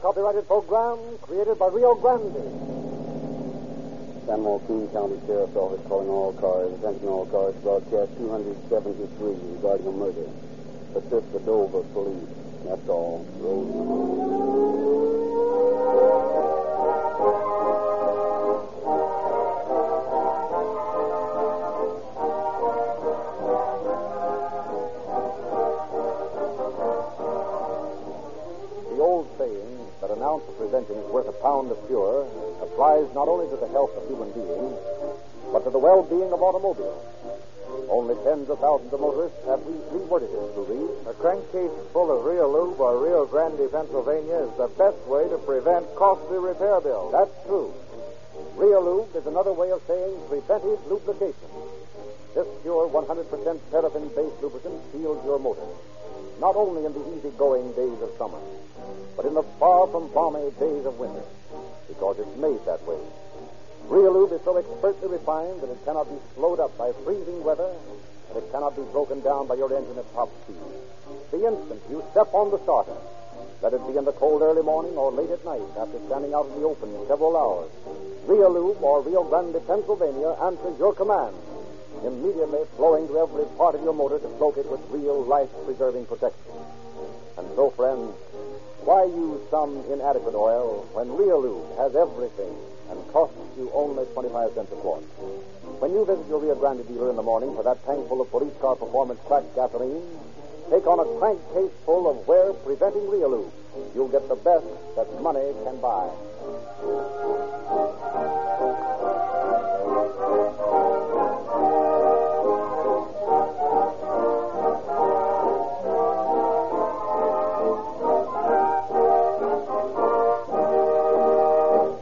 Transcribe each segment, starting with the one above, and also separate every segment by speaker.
Speaker 1: Copyrighted program created by Rio Grande.
Speaker 2: San Joaquin County Sheriff's Office calling all cars, attention all cars, broadcast 273 regarding a murder. Assist the Dover police. That's all. Road.
Speaker 1: The old saying that an ounce of prevention is worth a pound of cure applies not only to the health of human beings, but to the well-being of automobiles. Only tens of thousands of motorists have re- reworded it to read. A crankcase full of Rio Lube or Rio Grande, Pennsylvania is the best way to prevent costly repair bills. That's true. Rio Lube is another way of saying preventive lubrication. This pure 100% paraffin-based lubricant seals your motor, not only in the easygoing days of summer, but in the far from balmy days of winter, because it's made that way. Real lube is so expertly refined that it cannot be slowed up by freezing weather, and it cannot be broken down by your engine at top speed. The instant you step on the starter, let it be in the cold early morning or late at night after standing out in the open several hours, Real Lube or Rio Grande, Pennsylvania answers your command, immediately flowing to every part of your motor to float it with real life-preserving protection. And so, friends, why use some inadequate oil when Real Lube has everything and costs you only 25 cents a quart? When you visit your Rio Grande dealer in the morning for that tankful of police car performance cracked gasoline, take on a crankcase full of wear preventing Real Lube. You'll get the best that money can buy.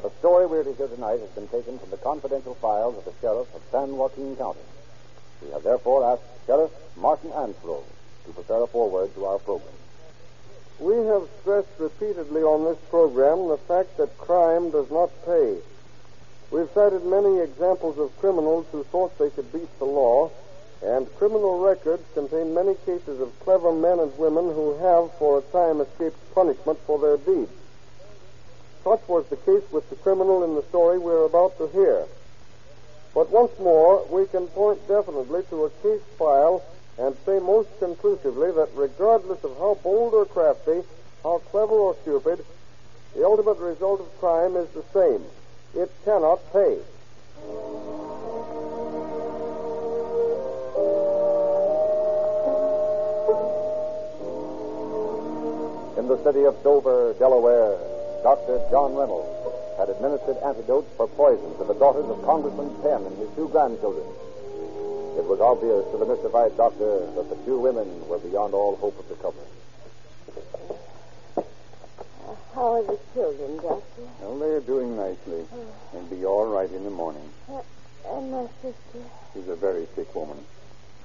Speaker 1: The story we're to hear tonight has been taken from the confidential files of the sheriff of San Joaquin County. We have therefore asked Sheriff Martin Anslow to prepare a foreword to our program.
Speaker 3: We have stressed repeatedly on this program the fact that crime does not pay. We've cited many examples of criminals who thought they could beat the law, and criminal records contain many cases of clever men and women who have, for a time, escaped punishment for their deeds. Such was the case with the criminal in the story we're about to hear. But once more, we can point definitely to a case file and say most conclusively that regardless of how bold or crafty, how clever or stupid, the ultimate result of crime is the same. It cannot pay.
Speaker 1: In the city of Dover, Delaware, Dr. John Reynolds had administered antidotes for poison to the daughters of Congressman Penn and his two grandchildren. It was obvious to the mystified doctor that the two women were beyond all hope of recovery.
Speaker 4: Uh, How are the children, Doctor?
Speaker 2: Well, they're doing nicely. They'll be all right in the morning.
Speaker 4: And my sister?
Speaker 2: She's a very sick woman.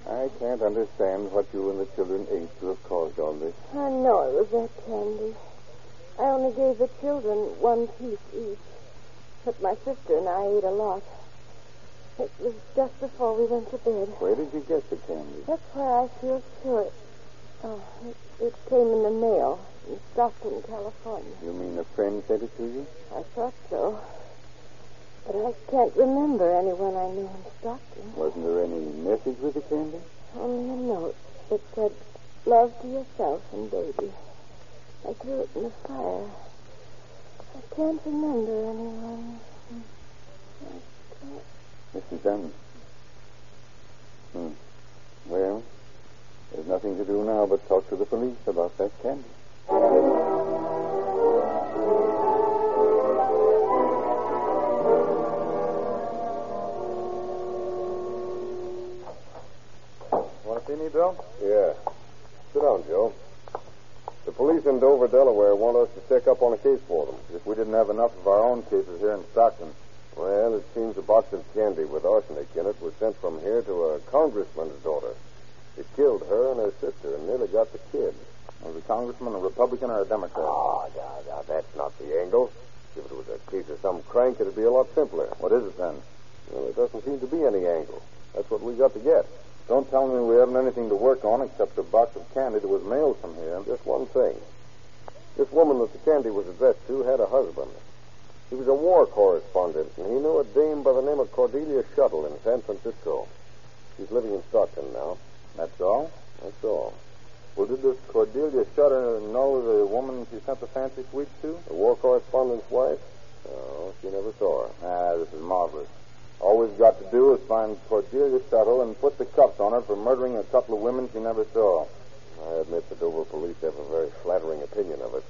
Speaker 2: I can't understand what you and the children ate to have caused all this.
Speaker 4: I know it was that candy. I only gave the children one piece each. But my sister and I ate a lot. It was just before we went to bed.
Speaker 2: Where did you get the candy?
Speaker 4: That's why I feel sure it. Oh, it, it came in the mail in Stockton, California.
Speaker 2: You mean a friend sent it to you?
Speaker 4: I thought so. But I can't remember anyone I knew in Stockton.
Speaker 2: Wasn't there any message with the candy?
Speaker 4: Only a note that said, Love to yourself and baby. I threw it in the fire. I can't remember anyone.
Speaker 2: Mrs. Dunn. Hmm. Well, there's nothing to do now but talk to the police about that candy.
Speaker 3: Want to see me, Bill?
Speaker 2: Yeah. Sit down, Joe. The police in Dover, Delaware want us to check up on a case for them. If we didn't have enough of our own cases here in Stockton. Well, it seems a box of candy with arsenic in it was sent from here to a congressman's daughter. It killed her and her sister and nearly got the kid. Was the congressman a Republican or a Democrat? Oh, now, now, that's not the angle. If it was a case of some crank, it'd be a lot simpler. What is it then? Well, there doesn't seem to be any angle. That's what we got to get. Don't tell me we haven't anything to work on except a box of candy that was mailed from here. Just one thing. This woman that the candy was addressed to had a husband. He was a war correspondent, and he knew a dame by the name of Cordelia Shuttle in San Francisco. She's living in Stockton now.
Speaker 1: That's all?
Speaker 2: That's all.
Speaker 1: Well, did this Cordelia Shutter know the woman she sent the fancy sweets to?
Speaker 2: The war correspondent's wife? No, she never saw her.
Speaker 1: Ah, this is marvelous. All we've got to do is find Cordelia Shuttle and put the cuffs on her for murdering a couple of women she never saw.
Speaker 2: I admit the Dover police have a very flattering opinion of us.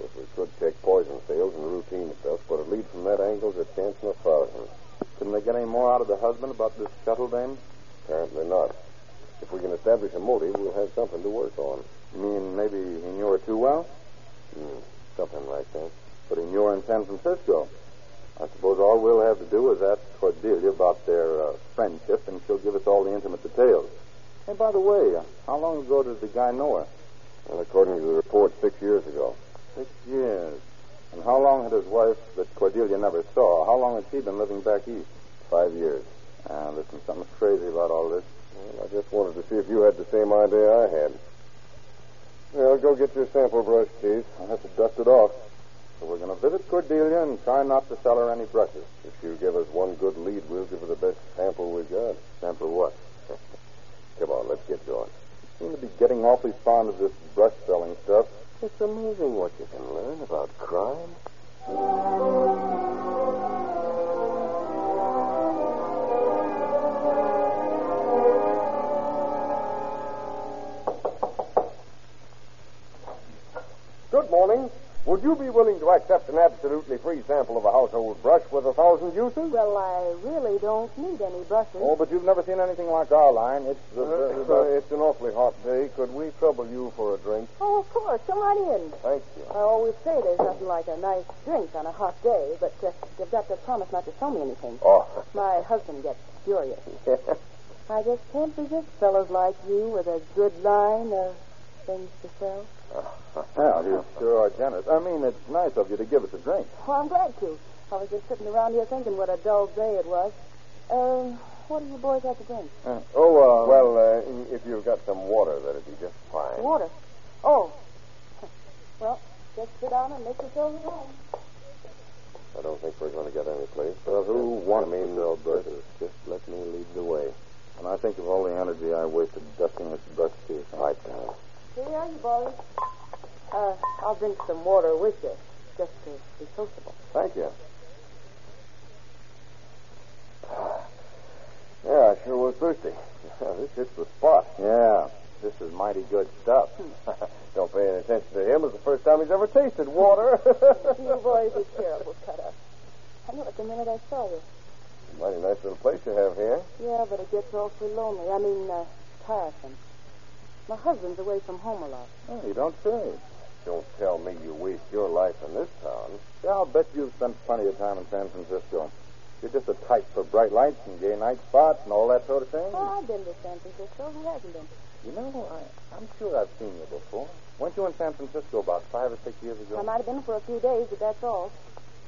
Speaker 2: Of course, we could check poison sales and routine stuff, but a lead from that angle's a chance in a thousand.
Speaker 1: Couldn't they get any more out of the husband about this Shuttle dame?
Speaker 2: Apparently not. If we can establish a motive, we'll have something to work on.
Speaker 1: You mean maybe he knew her too well?
Speaker 2: Hmm, something like that.
Speaker 1: But he knew her in San Francisco. I suppose all we'll have to do is ask Cordelia about their uh, friendship, and she'll give us all the intimate details. Hey, by the way, uh, how long ago did the guy know her?
Speaker 2: Well, according to the report, six years ago.
Speaker 1: Six years. And how long had his wife, that Cordelia never saw, how long had she been living back east?
Speaker 2: Five years.
Speaker 1: Ah, listen, something's crazy about all this.
Speaker 2: Well, I just wanted to see if you had the same idea I had. Well, go get your sample brush, Keith.
Speaker 1: I'll have to dust it off. So we're going to visit Cordelia and try not to sell her any brushes.
Speaker 2: If you give us one good lead, we'll give her the best sample we've got.
Speaker 1: Sample what?
Speaker 2: Come on, let's get going.
Speaker 1: You seem to be getting awfully fond of this brush selling stuff.
Speaker 2: It's amazing what you can learn about crime. Good morning. Would you be willing to accept an absolutely free sample of a household brush with a thousand uses?
Speaker 4: Well, I really don't need any brushes.
Speaker 1: Oh, but you've never seen anything like our line. It's the. the- the-
Speaker 2: it's an awfully hot day. Could we trouble you for a drink?
Speaker 4: Oh, of course. Come on in.
Speaker 2: Thank you.
Speaker 4: I always say there's nothing like a nice drink on a hot day, but uh, you've got to promise not to show me anything.
Speaker 2: Oh,
Speaker 4: My husband gets furious.
Speaker 2: yeah.
Speaker 4: I just can't resist fellows like you with a good line of things to sell.
Speaker 1: Well, you sure are generous. I mean, it's nice of you to give us a drink.
Speaker 4: Well, I'm glad to. I was just sitting around here thinking what a dull day it was. Um, what do you boys have to drink?
Speaker 2: Oh, uh, well, uh, if you've got some water, that'd be just fine.
Speaker 4: Water. Oh. Well, just sit down and make yourselves at home.
Speaker 2: I don't think we're going to get any place.
Speaker 1: Well, who wants
Speaker 2: I mean,
Speaker 1: to sell brushes?
Speaker 2: Just let me lead the way.
Speaker 1: And I think of all the energy I wasted dusting this brush case.
Speaker 2: Right uh, now.
Speaker 4: Here are you, boys. Uh, I'll drink some water with you, just to be sociable.
Speaker 2: Thank you. Yeah, I sure was thirsty. this hits the spot.
Speaker 1: Yeah, this is mighty good stuff.
Speaker 2: Don't pay any attention to him. It's the first time he's ever tasted water.
Speaker 4: You boys are terrible cut-up. I knew it the minute I saw you.
Speaker 2: Mighty nice little place you have here.
Speaker 4: Yeah, but it gets awfully lonely. I mean, uh, tiresome. My husband's away from home a lot.
Speaker 1: Oh, you don't say.
Speaker 2: Don't tell me you waste your life in this town.
Speaker 1: Yeah, I'll bet you've spent plenty of time in San Francisco. You're just a type for bright lights and gay night spots and all that sort of
Speaker 2: Hmm.
Speaker 1: thing.
Speaker 4: Well, Oh, I've been to San Francisco. Who hasn't been?
Speaker 1: You know, I, I'm sure I've seen you before. Weren't you in San Francisco about five or six years ago?
Speaker 4: I might have been for a few days, but that's all.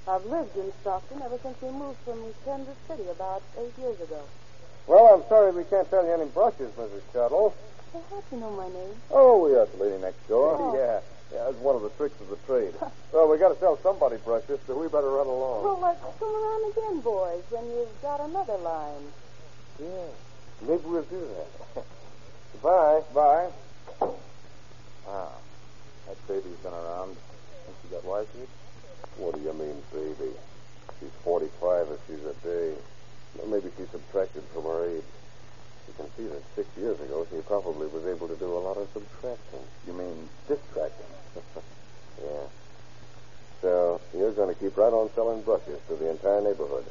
Speaker 4: I've lived in Stockton ever since we moved from Kansas City about eight years ago.
Speaker 2: Well, I'm sorry we can't sell you any brushes, Mrs. Shuttle.
Speaker 4: Well, how'd you know my name?
Speaker 1: Oh, we are the lady next door.
Speaker 4: Oh.
Speaker 2: Yeah, yeah, that's one of the tricks of the trade. well, we got to sell somebody brushes, so we better run along.
Speaker 4: Well, let's come around again, boys, when you've got another line.
Speaker 2: Yeah, maybe we'll do that. Goodbye. Bye.
Speaker 1: Wow. Ah, That baby's been around since you got wife yet?
Speaker 2: What do you mean, baby? She's 45 if she's a day. Well, maybe she subtracted from her age. You can see that six years ago she probably was able to do a lot of subtracting.
Speaker 1: You mean distracting?
Speaker 2: Yeah. So you're going to keep right on selling brushes to the entire neighborhood.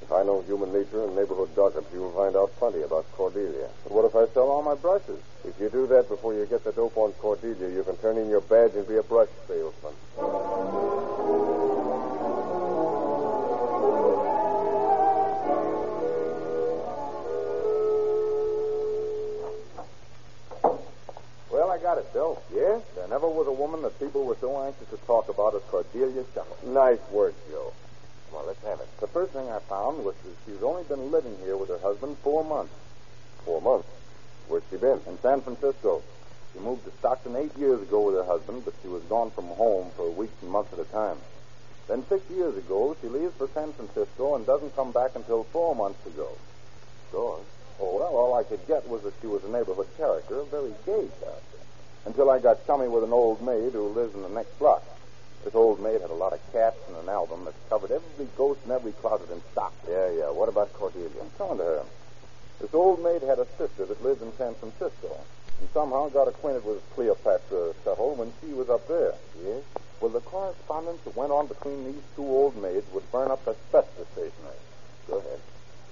Speaker 2: If I know human nature and neighborhood gossip, you'll find out plenty about Cordelia.
Speaker 1: But what if I sell all my brushes?
Speaker 2: If you do that before you get the dope on Cordelia, you can turn in your badge and be a brush salesman.
Speaker 1: Well, I got it, Bill.
Speaker 2: Yeah?
Speaker 1: There never was a woman that people were so anxious to talk about as Cordelia Shuttle.
Speaker 2: Nice work, Joe. Come on, let's have it.
Speaker 1: The first thing I found was that she's only been living here with her husband four months
Speaker 2: Four months. Where's she been?
Speaker 1: in San Francisco.
Speaker 2: She moved to Stockton eight years ago with her husband, but she was gone from home for weeks and months at a time. Then six years ago, she leaves for San Francisco and doesn't come back until four months ago. Sure. Oh, well, all I could get was that she was a neighborhood character, a very gay character. Until I got chummy with an old maid who lives in the next block. This old maid had a lot of cats and an album that covered every ghost and every closet in Stockton. Yeah, yeah. What about Cordelia? I'm coming to her. This old maid had a sister that lived in San Francisco and somehow got acquainted with Cleopatra Tuttle when she was up there. Yes? Well, the correspondence that went on between these two old maids would burn up asbestos stationery. Go ahead.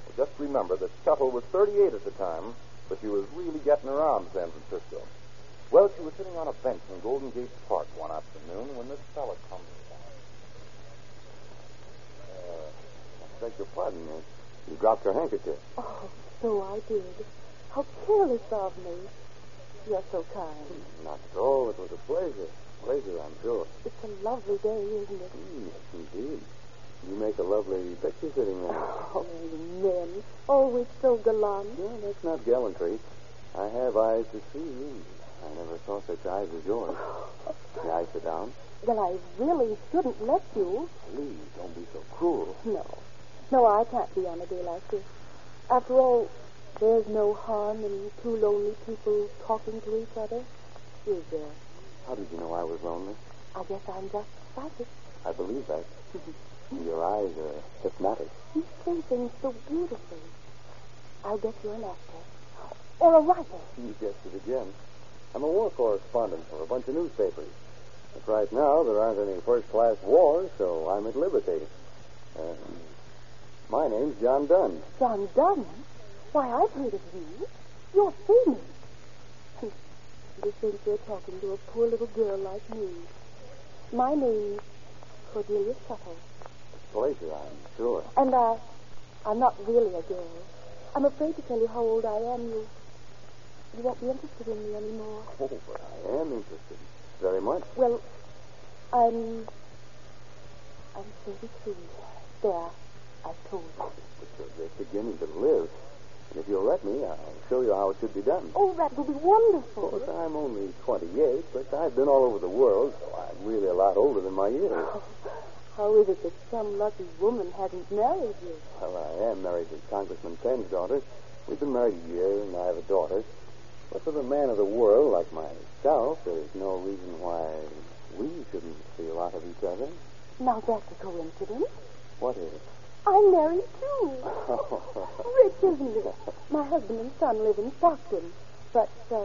Speaker 2: Well, just remember that Tuttle was 38 at the time, but she was really getting around San Francisco. Well, she was sitting on a bench in Golden Gate Park one afternoon when this fella comes along. Uh, I beg your pardon, miss. You dropped your handkerchief.
Speaker 4: Oh, so I did. How careless of me. You're so kind.
Speaker 2: Not so. It was a pleasure. Pleasure, I'm sure.
Speaker 4: It's a lovely day, isn't it?
Speaker 2: yes, indeed. You make a lovely picture sitting there.
Speaker 4: Oh, you men. Always so gallant.
Speaker 2: Well, that's not gallantry. I have eyes to see. and I never saw such eyes as yours. May I sit down?
Speaker 4: Well, I really shouldn't let you.
Speaker 2: Please, don't be so cruel.
Speaker 4: No. No, Oh, I can't be on a day like this. After all, there's no harm in two lonely people talking to each other, is there?
Speaker 2: How did you know I was lonely?
Speaker 4: I guess I'm just psychic.
Speaker 2: I believe that. your eyes are hypnotic.
Speaker 4: You say things so beautifully. I'll bet you're an actor. Or a writer.
Speaker 2: You guessed it again. I'm a war correspondent for a bunch of newspapers. But right now, there aren't any first-class wars, so I'm at liberty. Um, my name's John Dunn.
Speaker 4: John Dunn? Why, I've heard of you. You're famous. Hmm. To think you're talking to a poor little girl like me. My name's Cordelia Shuttle.
Speaker 2: Pleasure, I'm sure.
Speaker 4: And I, I'm not really a girl. I'm afraid to tell you how old I am. You, you won't be interested in me anymore.
Speaker 2: Oh, but I am interested. Very much.
Speaker 4: Well, I'm, I'm 33. There, I told you.
Speaker 2: But you're just beginning to live. And if you'll let me, I'll show you how it should be done.
Speaker 4: Oh, that will be
Speaker 2: Of course,
Speaker 4: wonderful.
Speaker 2: I'm only 28, but I've been all over the world, so I'm really a lot older than my years.
Speaker 4: Oh. How is it that some lucky woman hasn't married you?
Speaker 2: Well, I am married to Congressman Penn's daughter. We've been married a year, and I have a daughter. But for the man of the world like myself, there's no reason why we shouldn't see a lot of each other.
Speaker 4: Now that's a coincidence.
Speaker 2: What is it?
Speaker 4: I'm married too. Rich, isn't it? My husband and son live in Stockton, but uh,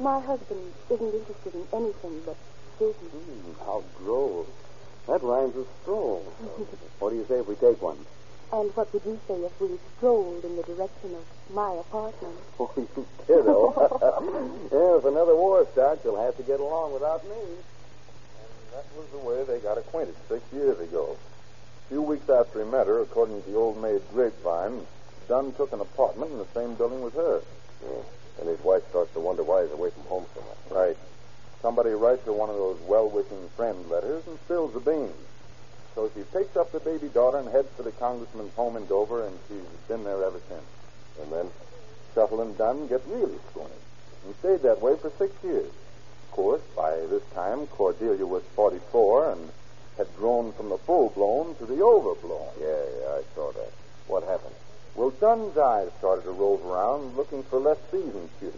Speaker 4: my husband isn't interested in anything but business.
Speaker 2: Hmm, How droll. That rhymes with stroll. what do you say if we take one?
Speaker 4: And what would you say if we strolled in the direction of my apartment?
Speaker 2: Oh, you kiddo. yeah, if another war starts, you'll have to get along without me. And that was the way they got acquainted six years ago. A few weeks after he met her, according to the old maid Grapevine, Dunn took an apartment in the same building with her. Hmm. And his wife starts to wonder why he's away from home so much. Right. Somebody writes her one of those well-wishing friend letters and spills the beans. So she picks up the baby daughter and heads for the congressman's home in Dover, and she's been there ever since. And then Shuttle and Dunn get really spoony. And stayed that way for six years. Of course, by this time, Cordelia was 44 and had grown from the full blown to the overblown. Yeah, yeah, I saw that. What happened? Well, Dunn's eyes started to rove around looking for less seasoned cuties.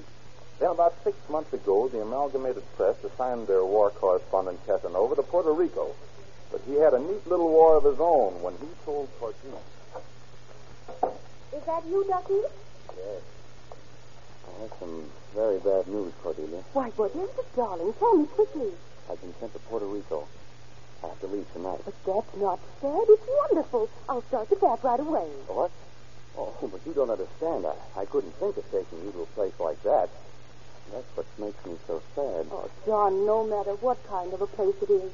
Speaker 2: Then, about six months ago, the Amalgamated Press assigned their war correspondent Casanova to Puerto Rico. But he had a neat little war of his own when he told Cordelia.
Speaker 4: Is that you, Ducky?
Speaker 2: Yes. I have some very bad news, Cordelia.
Speaker 4: Why, what is it, darling? Tell me quickly.
Speaker 2: I've been sent to Puerto Rico. I have to leave tonight.
Speaker 4: But that's not fair. It's wonderful. I'll start the bath right away.
Speaker 2: What? Oh, but you don't understand. I, I couldn't think of taking you to a place like that. That's what makes me so sad.
Speaker 4: Oh, John, no matter what kind of a place it is,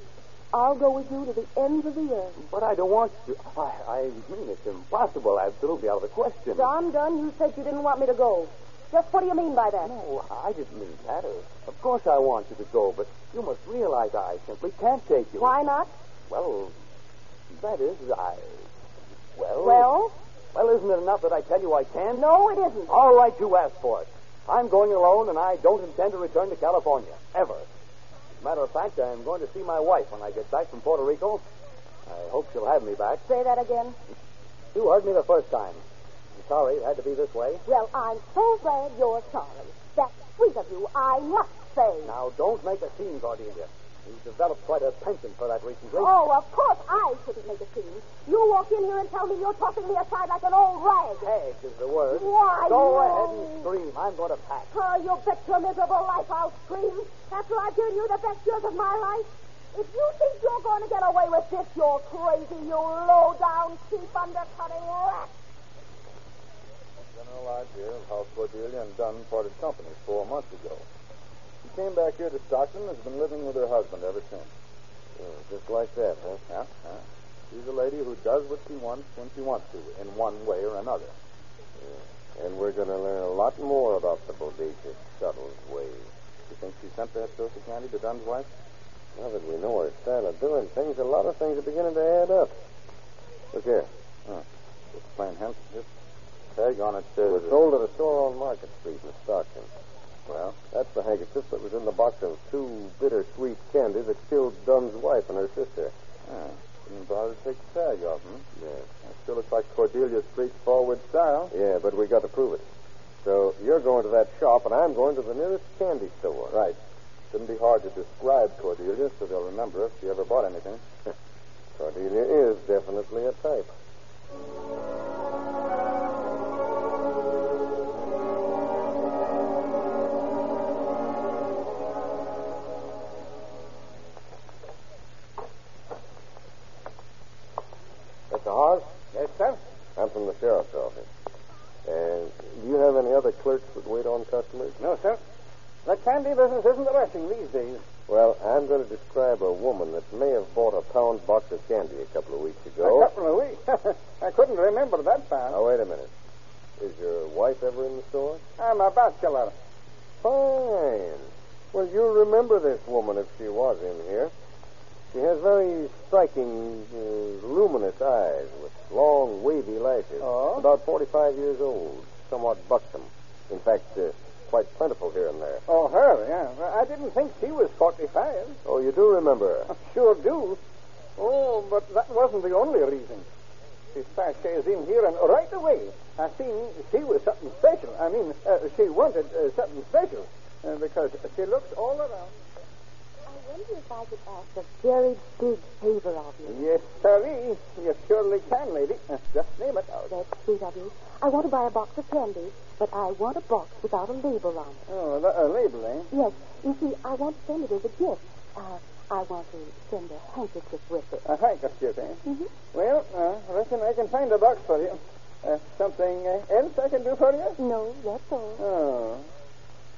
Speaker 4: I'll go with you to the ends of the earth.
Speaker 2: But I don't want you. I, Oh, I mean, it's impossible. Absolutely out of the question.
Speaker 4: John Dunn, you said you didn't want me to go. Just what do you mean by that?
Speaker 2: No, I didn't mean that. Of course I want you to go, but you must realize I simply can't take you.
Speaker 4: Why not?
Speaker 2: Well, that is, I. Well.
Speaker 4: Well,
Speaker 2: Well, isn't it enough that I tell you I can't?
Speaker 4: no, it isn't.
Speaker 2: All right, you asked for it.
Speaker 1: I'm going alone, and I don't intend to return to California, ever. As a matter of fact, I'm going to see my wife when I get back from Puerto Rico. I hope she'll have me back.
Speaker 5: Say that again.
Speaker 1: You heard me the first time. I'm sorry it had to be this way.
Speaker 4: Well, I'm so glad you're sorry. That's sweet of you, I must say.
Speaker 1: Now, don't make a scene, Cordelia. You've developed quite a penchant for that recently.
Speaker 4: Oh, of course I shouldn't make a scene. You walk in here and tell me you're tossing me aside like an old rag.
Speaker 1: Peg is the word.
Speaker 4: Why,
Speaker 1: Go
Speaker 4: no.
Speaker 1: ahead and scream. I'm going to pack.
Speaker 4: Oh, you bet your miserable life I'll scream after I've given you the best years of my life. If you think you're going to get away with this, you're crazy, you low-down, cheap, undercutting rat.
Speaker 2: general idea of how Cordelia and Dunn parted company four months ago. She came back here to Stockton and has been living with her husband ever since. Oh, just like that, huh? Yeah, yeah. She's a lady who does what she wants when she wants to, in one way or another. And we're going to learn a lot more about the bodacious Shuttle's ways. You think she sent that social candy to Dunn's wife? Now that we know her style of doing things, a lot of things are beginning to add up. Look here. Huh. This plain Hampton just tag on it says. was sold at a store on Market Street in Stockton. Well? That's the handkerchief that was in the box of two bittersweet candies that killed Dunn's wife and her sister. Ah, didn't bother to take the tag off, hmm? Yeah. That still looks like Cordelia's straightforward style. Yeah, but we got to prove it. So you're going to that shop, and I'm going to the nearest candy store. Right. Shouldn't be hard to describe Cordelia, so they'll remember if she ever bought anything. Cordelia is definitely a type. Mr. Hawes? Yes, sir? I'm from the sheriff's office. And do you have any other clerks that wait on customers?
Speaker 6: No, sir. The candy business isn't arresting these days.
Speaker 2: Well, I'm going to describe a woman that may have bought a pound box of candy a couple of weeks
Speaker 6: A
Speaker 2: ago.
Speaker 6: couple of weeks. I couldn't remember that far.
Speaker 2: Now, wait a minute. Is your wife ever in the store?
Speaker 6: I'm a bachelor.
Speaker 2: Fine. Well, you'll remember this woman if she was in here. She has very striking, uh, luminous eyes with long, wavy lashes.
Speaker 6: Oh?
Speaker 2: About 45 years old, somewhat buxom. In fact, uh, quite plentiful here and there.
Speaker 6: Oh, her, yeah. Well, I didn't think she was 45.
Speaker 2: Oh, you do remember her?
Speaker 6: Sure do. Oh, but that wasn't the only reason. She sashays in here, and right away, I seen she was something special. I mean, uh, she wanted uh, something special uh, because she looked all around.
Speaker 4: I wonder if I could ask a very big favor of you.
Speaker 6: Yes, sirree. E, You surely can, lady. Uh, Just name it out.
Speaker 4: That's sweet of you. I want to buy a box of candy, but I want a box without a label on it.
Speaker 6: Oh, the, a label, eh?
Speaker 4: Yes, you see, I want to send it as a gift. Uh, I want to send a handkerchief with it.
Speaker 6: A handkerchief, eh?
Speaker 4: Mm-hmm.
Speaker 6: Well, uh, reckon I can find a box for you. Uh, something uh, else I can do for you?
Speaker 4: No, that's all.
Speaker 6: Oh.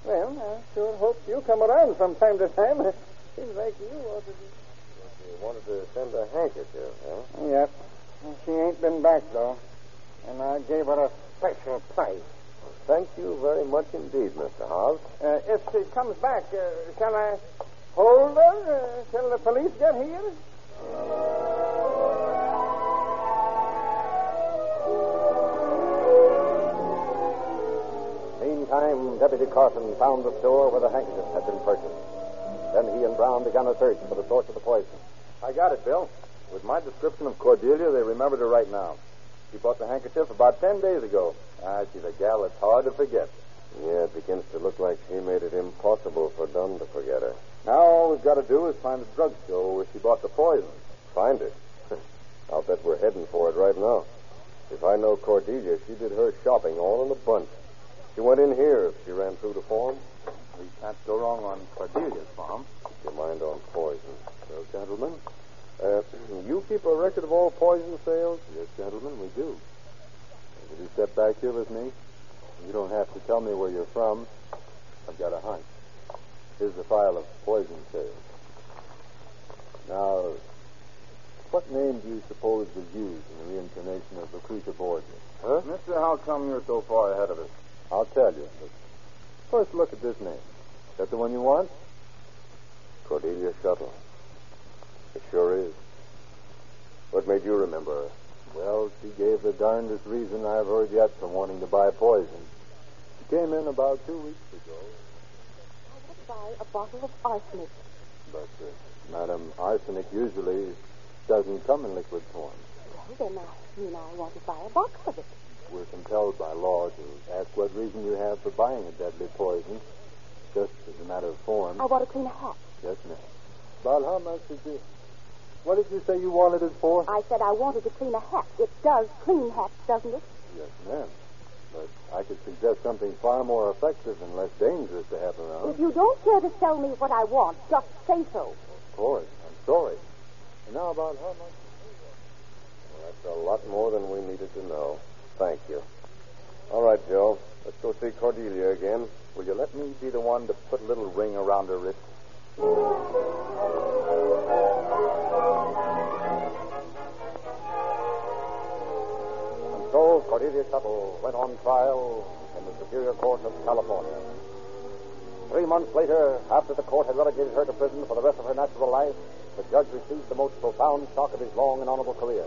Speaker 6: Well, I sure hope you come around from time to time. Seems like you ought to be.
Speaker 2: She wanted to send a handkerchief, huh?
Speaker 6: Yep. She ain't been back, though. And I gave her a special price.
Speaker 2: Thank you very much indeed, Mr. Hobbs.
Speaker 6: Uh, if she comes back, uh, shall I hold her uh, till the police get here?
Speaker 1: Meantime, Deputy Carson found the store where the handkerchief had been purchased. Then he and Brown began a search for the source of the poison.
Speaker 2: I got it, Bill. With my description of Cordelia, they remembered her right now. She bought the handkerchief about ten days ago. Ah, she's a gal that's hard to forget. Yeah, it begins to look like she made it impossible for Dunn to forget her. Now all we've got to do is find the drugstore where she bought the poison. Find it? I'll bet we're heading for it right now. If I know Cordelia, she did her shopping all in a bunch. She went in here if she ran through the farm.
Speaker 1: We can't go wrong on Cordelia's farm.
Speaker 2: Your mind on poison. Well, gentlemen, uh, you keep a record of all poison sales? Yes, gentlemen, we do. Will you step back here with me? You don't have to tell me where you're from. I've got a hunch. Here's the file of poison sales. Now, what name do you suppose was used in the reincarnation of Lucretia Borgia? Huh? Mister, how come you're so far ahead of us? I'll tell you. But first, look at this name. Is that the one you want? Cordelia Shuttle. It sure is. What made you remember her?
Speaker 1: Well, she gave the darndest reason I've heard yet for wanting to buy poison. She
Speaker 7: Came in about two weeks ago.
Speaker 8: Buy a bottle of arsenic.
Speaker 7: But, uh, Madam, arsenic usually doesn't come in liquid form.
Speaker 8: Well, then I mean I want to buy a box of it.
Speaker 7: We're compelled by law to ask what reason you have for buying a deadly poison, just as a matter of form.
Speaker 4: Oh.
Speaker 8: I want to clean a hat.
Speaker 7: Yes, ma'am. About how much is this? What did you say you wanted it for?
Speaker 8: I said I wanted to clean a hat. It does clean hats, doesn't it?
Speaker 7: Yes, ma'am. But I could suggest something far more effective and less dangerous to have around.
Speaker 8: If you don't care to sell me what I want, just say so.
Speaker 7: Of course. I'm sorry. And now about how much? Well, that's a lot more than we needed to know. Thank you. All right, Joe. Let's go see Cordelia again. Will you let me be the one to put a little ring around her wrist?
Speaker 9: And so Cordelia Tuttle went on trial in the Superior Court of California. Three months later, after the court had relegated her to prison for the rest of her natural life, the judge received the most profound shock of his long and honorable career.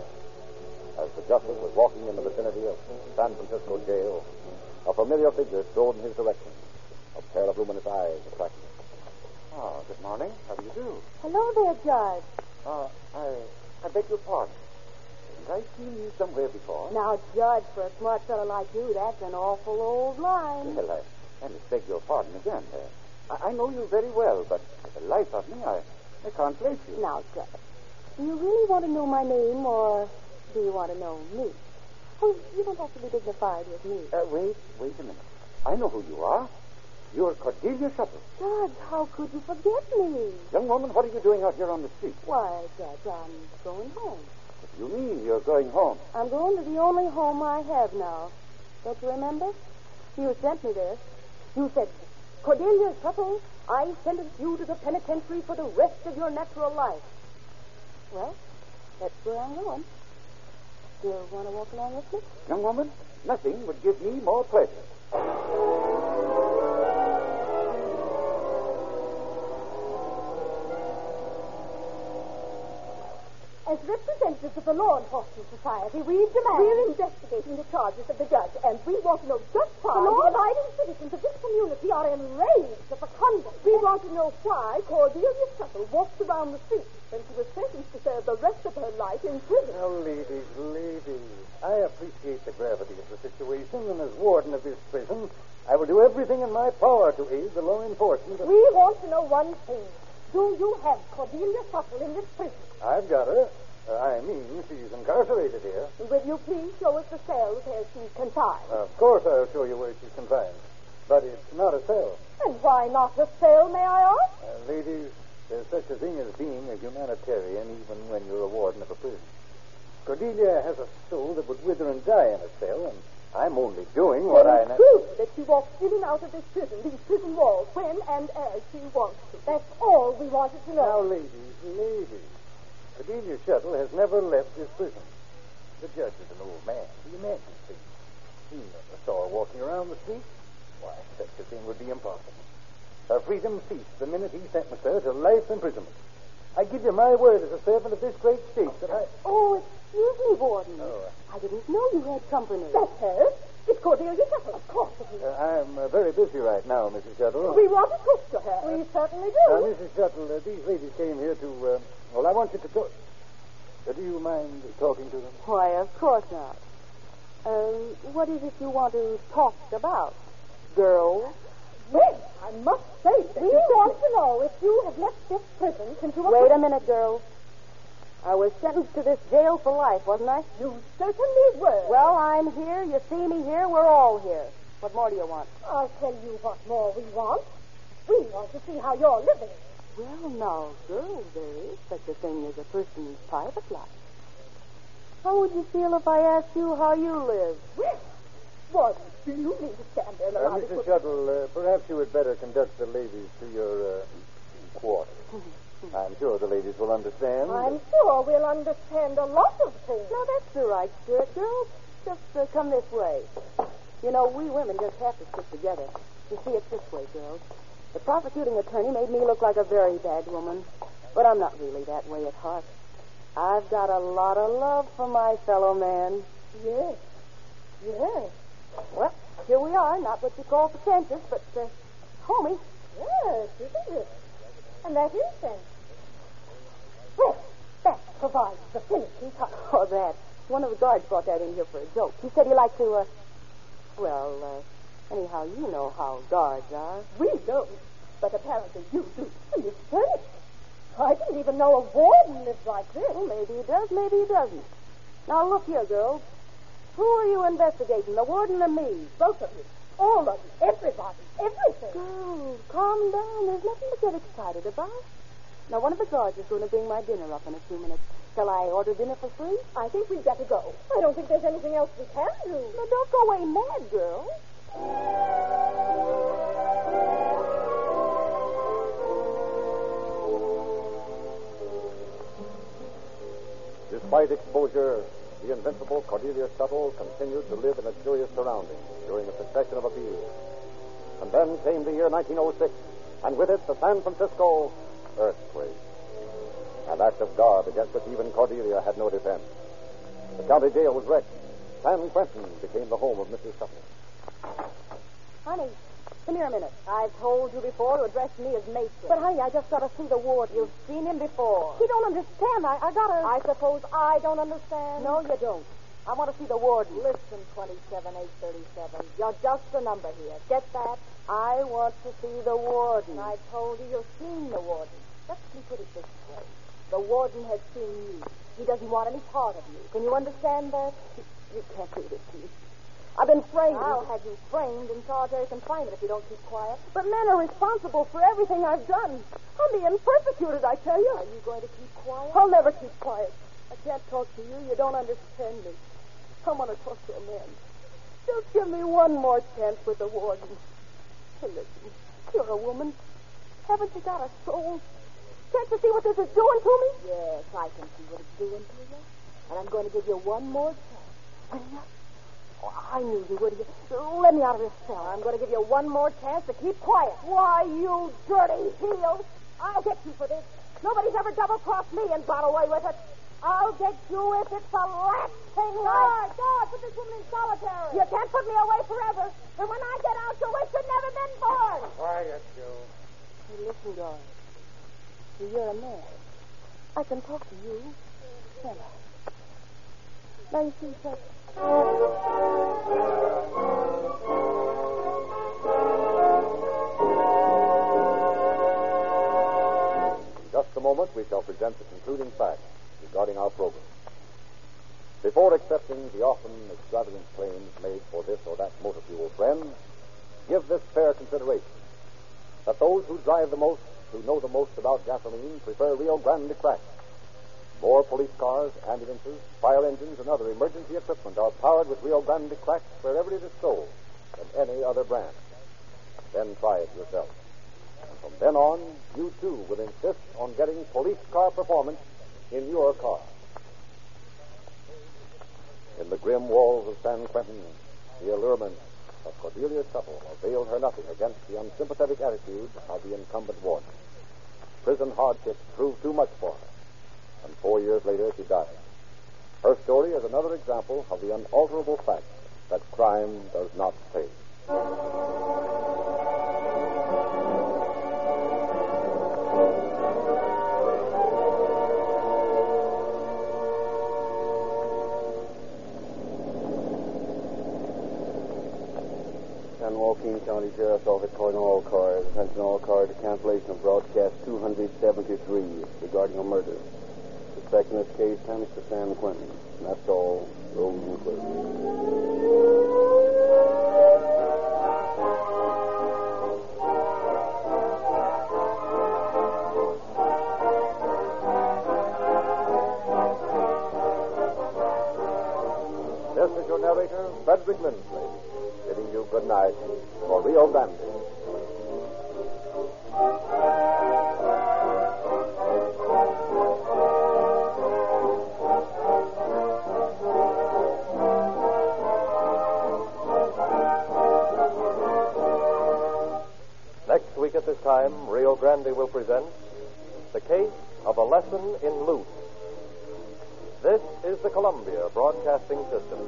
Speaker 9: As the justice was walking in the vicinity of San Francisco jail, a familiar figure strode in his direction, a pair of luminous eyes attracted.
Speaker 1: Oh, good morning. How do you do?
Speaker 5: Hello there, Judge.
Speaker 1: Uh, I, I beg your pardon. Have I seen you somewhere before?
Speaker 5: Now, Judge, for a smart fellow like you, that's an awful old line.
Speaker 1: Well, I, I must beg your pardon again. Uh, I, I know you very well, but for the life of me, I, I can't place you.
Speaker 5: Now, Judge, do you really want to know my name, or do you want to know me? Oh, you don't have to be dignified with me.
Speaker 1: Uh, wait, wait a minute. I know who you are. You're Cordelia Shuttle.
Speaker 5: Judge, how could you forget me?
Speaker 1: Young woman, what are you doing out here on the street?
Speaker 5: Why, Judge, I'm going home.
Speaker 1: What do you mean you're going home?
Speaker 5: I'm going to the only home I have now. Don't you remember? You sent me there. You said, Cordelia Shuttle, I sentence you to the penitentiary for the rest of your natural life. Well, that's where I'm going. Do you want to walk along with me?
Speaker 1: Young woman, nothing would give me more pleasure.
Speaker 8: As representatives of the Law Enforcement Society, we demand...
Speaker 4: We're investigating the charges of the judge, and we want to know just why.
Speaker 8: The law-abiding citizens of this community are enraged at the conduct.
Speaker 4: We want to know why Cordelia Shuttle walked around the streets when she was sentenced to serve the rest of her life in prison.
Speaker 2: Now, ladies, ladies, I appreciate the gravity of the situation, and as warden of this prison, I will do everything in my power to aid the law enforcement.
Speaker 4: We want to know one thing. Do you have Cordelia Shuttle in this prison?
Speaker 2: I've got her. Uh, I mean, she's incarcerated here.
Speaker 4: Will you please show us the cells where she's confined?
Speaker 2: Of course, I'll show you where she's confined. But it's not a cell.
Speaker 4: And why not the cell, may I ask?
Speaker 2: Uh, ladies, there's such a thing as being a humanitarian even when you're a warden of a prison. Cordelia has a soul that would wither and die in a cell, and I'm only doing what
Speaker 4: Then
Speaker 2: I...
Speaker 4: it's true that she walks in and out of this prison, these prison walls, when and as she wants to. That's all we wanted to
Speaker 2: Now,
Speaker 4: know.
Speaker 2: ladies, ladies, Cordelia Shuttle has never left this prison. The judge is an old man. Can you imagine things? He never saw her walking around the street. Why, such a thing would be impossible. Her freedom ceased the minute he sentenced her to life imprisonment. I give you my word as a servant of this great state that I...
Speaker 8: Oh, excuse me, Warden.
Speaker 2: Oh,
Speaker 8: I didn't know you had company.
Speaker 4: That's her. It's Cordelia Shuttle, of course it is.
Speaker 2: uh, I'm uh, very busy right now, Mrs. Shuttle.
Speaker 4: We want to talk to her. We certainly do.
Speaker 2: Uh, Mrs. Shuttle, uh, these ladies came here to... Uh, well, I want you to talk... Uh, do you mind talking to them?
Speaker 5: Why, of course not. Um, what is it you want to talk about, girls?
Speaker 4: Well, I must say that
Speaker 8: We want to know if you have left this prison since you were...
Speaker 5: Wait a minute, girls. I was sentenced to this jail for life, wasn't I?
Speaker 4: you certainly were.
Speaker 5: Well, I'm here. You see me here. We're all here. What more do you want?
Speaker 4: I'll tell you what more we want. We want to see how you're living.
Speaker 5: Well, now, girls, there is such a thing as a person's private life. How would you feel if I asked you how you live?
Speaker 4: Well, Warden, do you mean to stand there and
Speaker 2: Uh,
Speaker 4: allow this
Speaker 2: Mrs.
Speaker 4: woman-
Speaker 2: Shuttle, uh, perhaps you had better conduct the ladies to your uh, quarters. I'm sure the ladies will understand.
Speaker 4: I'm sure we'll understand a lot of things.
Speaker 5: No, that's all right, Stuart. Girls, just uh, come this way. You know, we women just have to stick together. You see, it's this way, girls. The prosecuting attorney made me look like a very bad woman, but I'm not really that way at heart. I've got a lot of love for my fellow man.
Speaker 4: Yes. Yes.
Speaker 5: Well, here we are. Not what you call pretentious, but uh, homey.
Speaker 4: Yes, isn't it? And that is sense. Well, that provides the finishing touch.
Speaker 5: Oh, that. One of the guards brought that in here for a joke. He said he liked to, uh, well, uh, anyhow, you know how guards are.
Speaker 4: We don't, but apparently you do. And it's furnished. I didn't even know a warden lived like this.
Speaker 5: Well, maybe he does, maybe he doesn't. Now, look here, girls. Who are you investigating, the warden or me?
Speaker 4: Both of you. All of you. Everybody. Everything.
Speaker 5: Girls, calm down. There's nothing to get excited about. Now, one of the guards is going to bring my dinner up in a few minutes. Shall I order dinner for three?
Speaker 4: I think we've got to go. I don't think there's anything else we can do.
Speaker 5: Now, don't go away mad, girls.
Speaker 2: Despite exposure, the invincible Cordelia Shuttle continued to live in a curious surrounding during the succession of appeals. And then came the year 1906, and with it the San Francisco earthquake. An act of God against which even Cordelia had no defense. The county jail was wrecked. San Quentin became the home of Mrs. Shuttle.
Speaker 5: Honey, come here a minute. I've told you before to address me as matron.
Speaker 10: But, honey, I just got to see the warden.
Speaker 5: You've seen him before.
Speaker 10: She don't understand. I, I got to...
Speaker 5: I suppose I don't understand.
Speaker 10: No, you don't. I want to see the warden.
Speaker 5: Listen, 27837. You're just a number here. Get that? I want to see the warden.
Speaker 10: I told you you've seen the warden. Let me put it this way. The warden has seen you. He doesn't want any part of you. Can you understand that?
Speaker 5: You can't do this to me. I've been framed.
Speaker 10: I'll have you framed in solitary confinement if you don't keep quiet.
Speaker 5: But men are responsible for everything I've done. I'm being persecuted, I tell you.
Speaker 10: Are you going to keep quiet?
Speaker 5: I'll never keep quiet. I can't talk to you. You don't understand me. I want to talk to a man. Just give me one more chance with the warden. Hey, listen, you're a woman. Haven't you got a soul? Can't you see what this is doing to me?
Speaker 10: Yes, I can see what it's doing to you. And I'm going to give you one more chance.
Speaker 5: Oh, I knew you would. Let me out of this cell.
Speaker 10: I'm going to give you one more chance to keep quiet.
Speaker 5: Why, you dirty heel. I'll get you for this. Nobody's ever double-crossed me and got away with it. I'll get you if it's the last thing
Speaker 10: I... God, God, put this woman in solitary.
Speaker 5: You can't put me away forever. And when I get out, you wish you'd never been born.
Speaker 1: Quiet, you.
Speaker 5: Hey, listen, guard. You're a man. I can talk to you. Can I? Now, you see, sir...
Speaker 2: In just a moment, we shall present the concluding facts regarding our program. Before accepting the often extravagant claims made for this or that motor fuel friend, give this fair consideration that those who drive the most, who know the most about gasoline, prefer Rio Grande crack. More police cars, ambulances, fire engines, and other emergency equipment are powered with Rio Grande crack wherever it is sold than any other brand. Then try it yourself. And from then on, you too will insist on getting police car performance in your car. In the grim walls of San Quentin, the allurement of Cordelia Supple availed her nothing against the unsympathetic attitude of the incumbent warden. Prison hardships proved too much for her, and four years later she died. Her story is another example of the unalterable fact that crime does not pay.
Speaker 11: San Joaquin County Sheriff's Office calling all cars. Attention all cars to cancellation of broadcast 273 regarding a murder. Suspect in this case, Thomas to San Quentin. And that's all. Road and
Speaker 2: This is your narrator, Frederick Lindsley, bidding you good night for Rio Grande.
Speaker 12: Next week at this time, Rio Grande will present The Case of a Lesson in Loot. This is the Columbia Broadcasting System.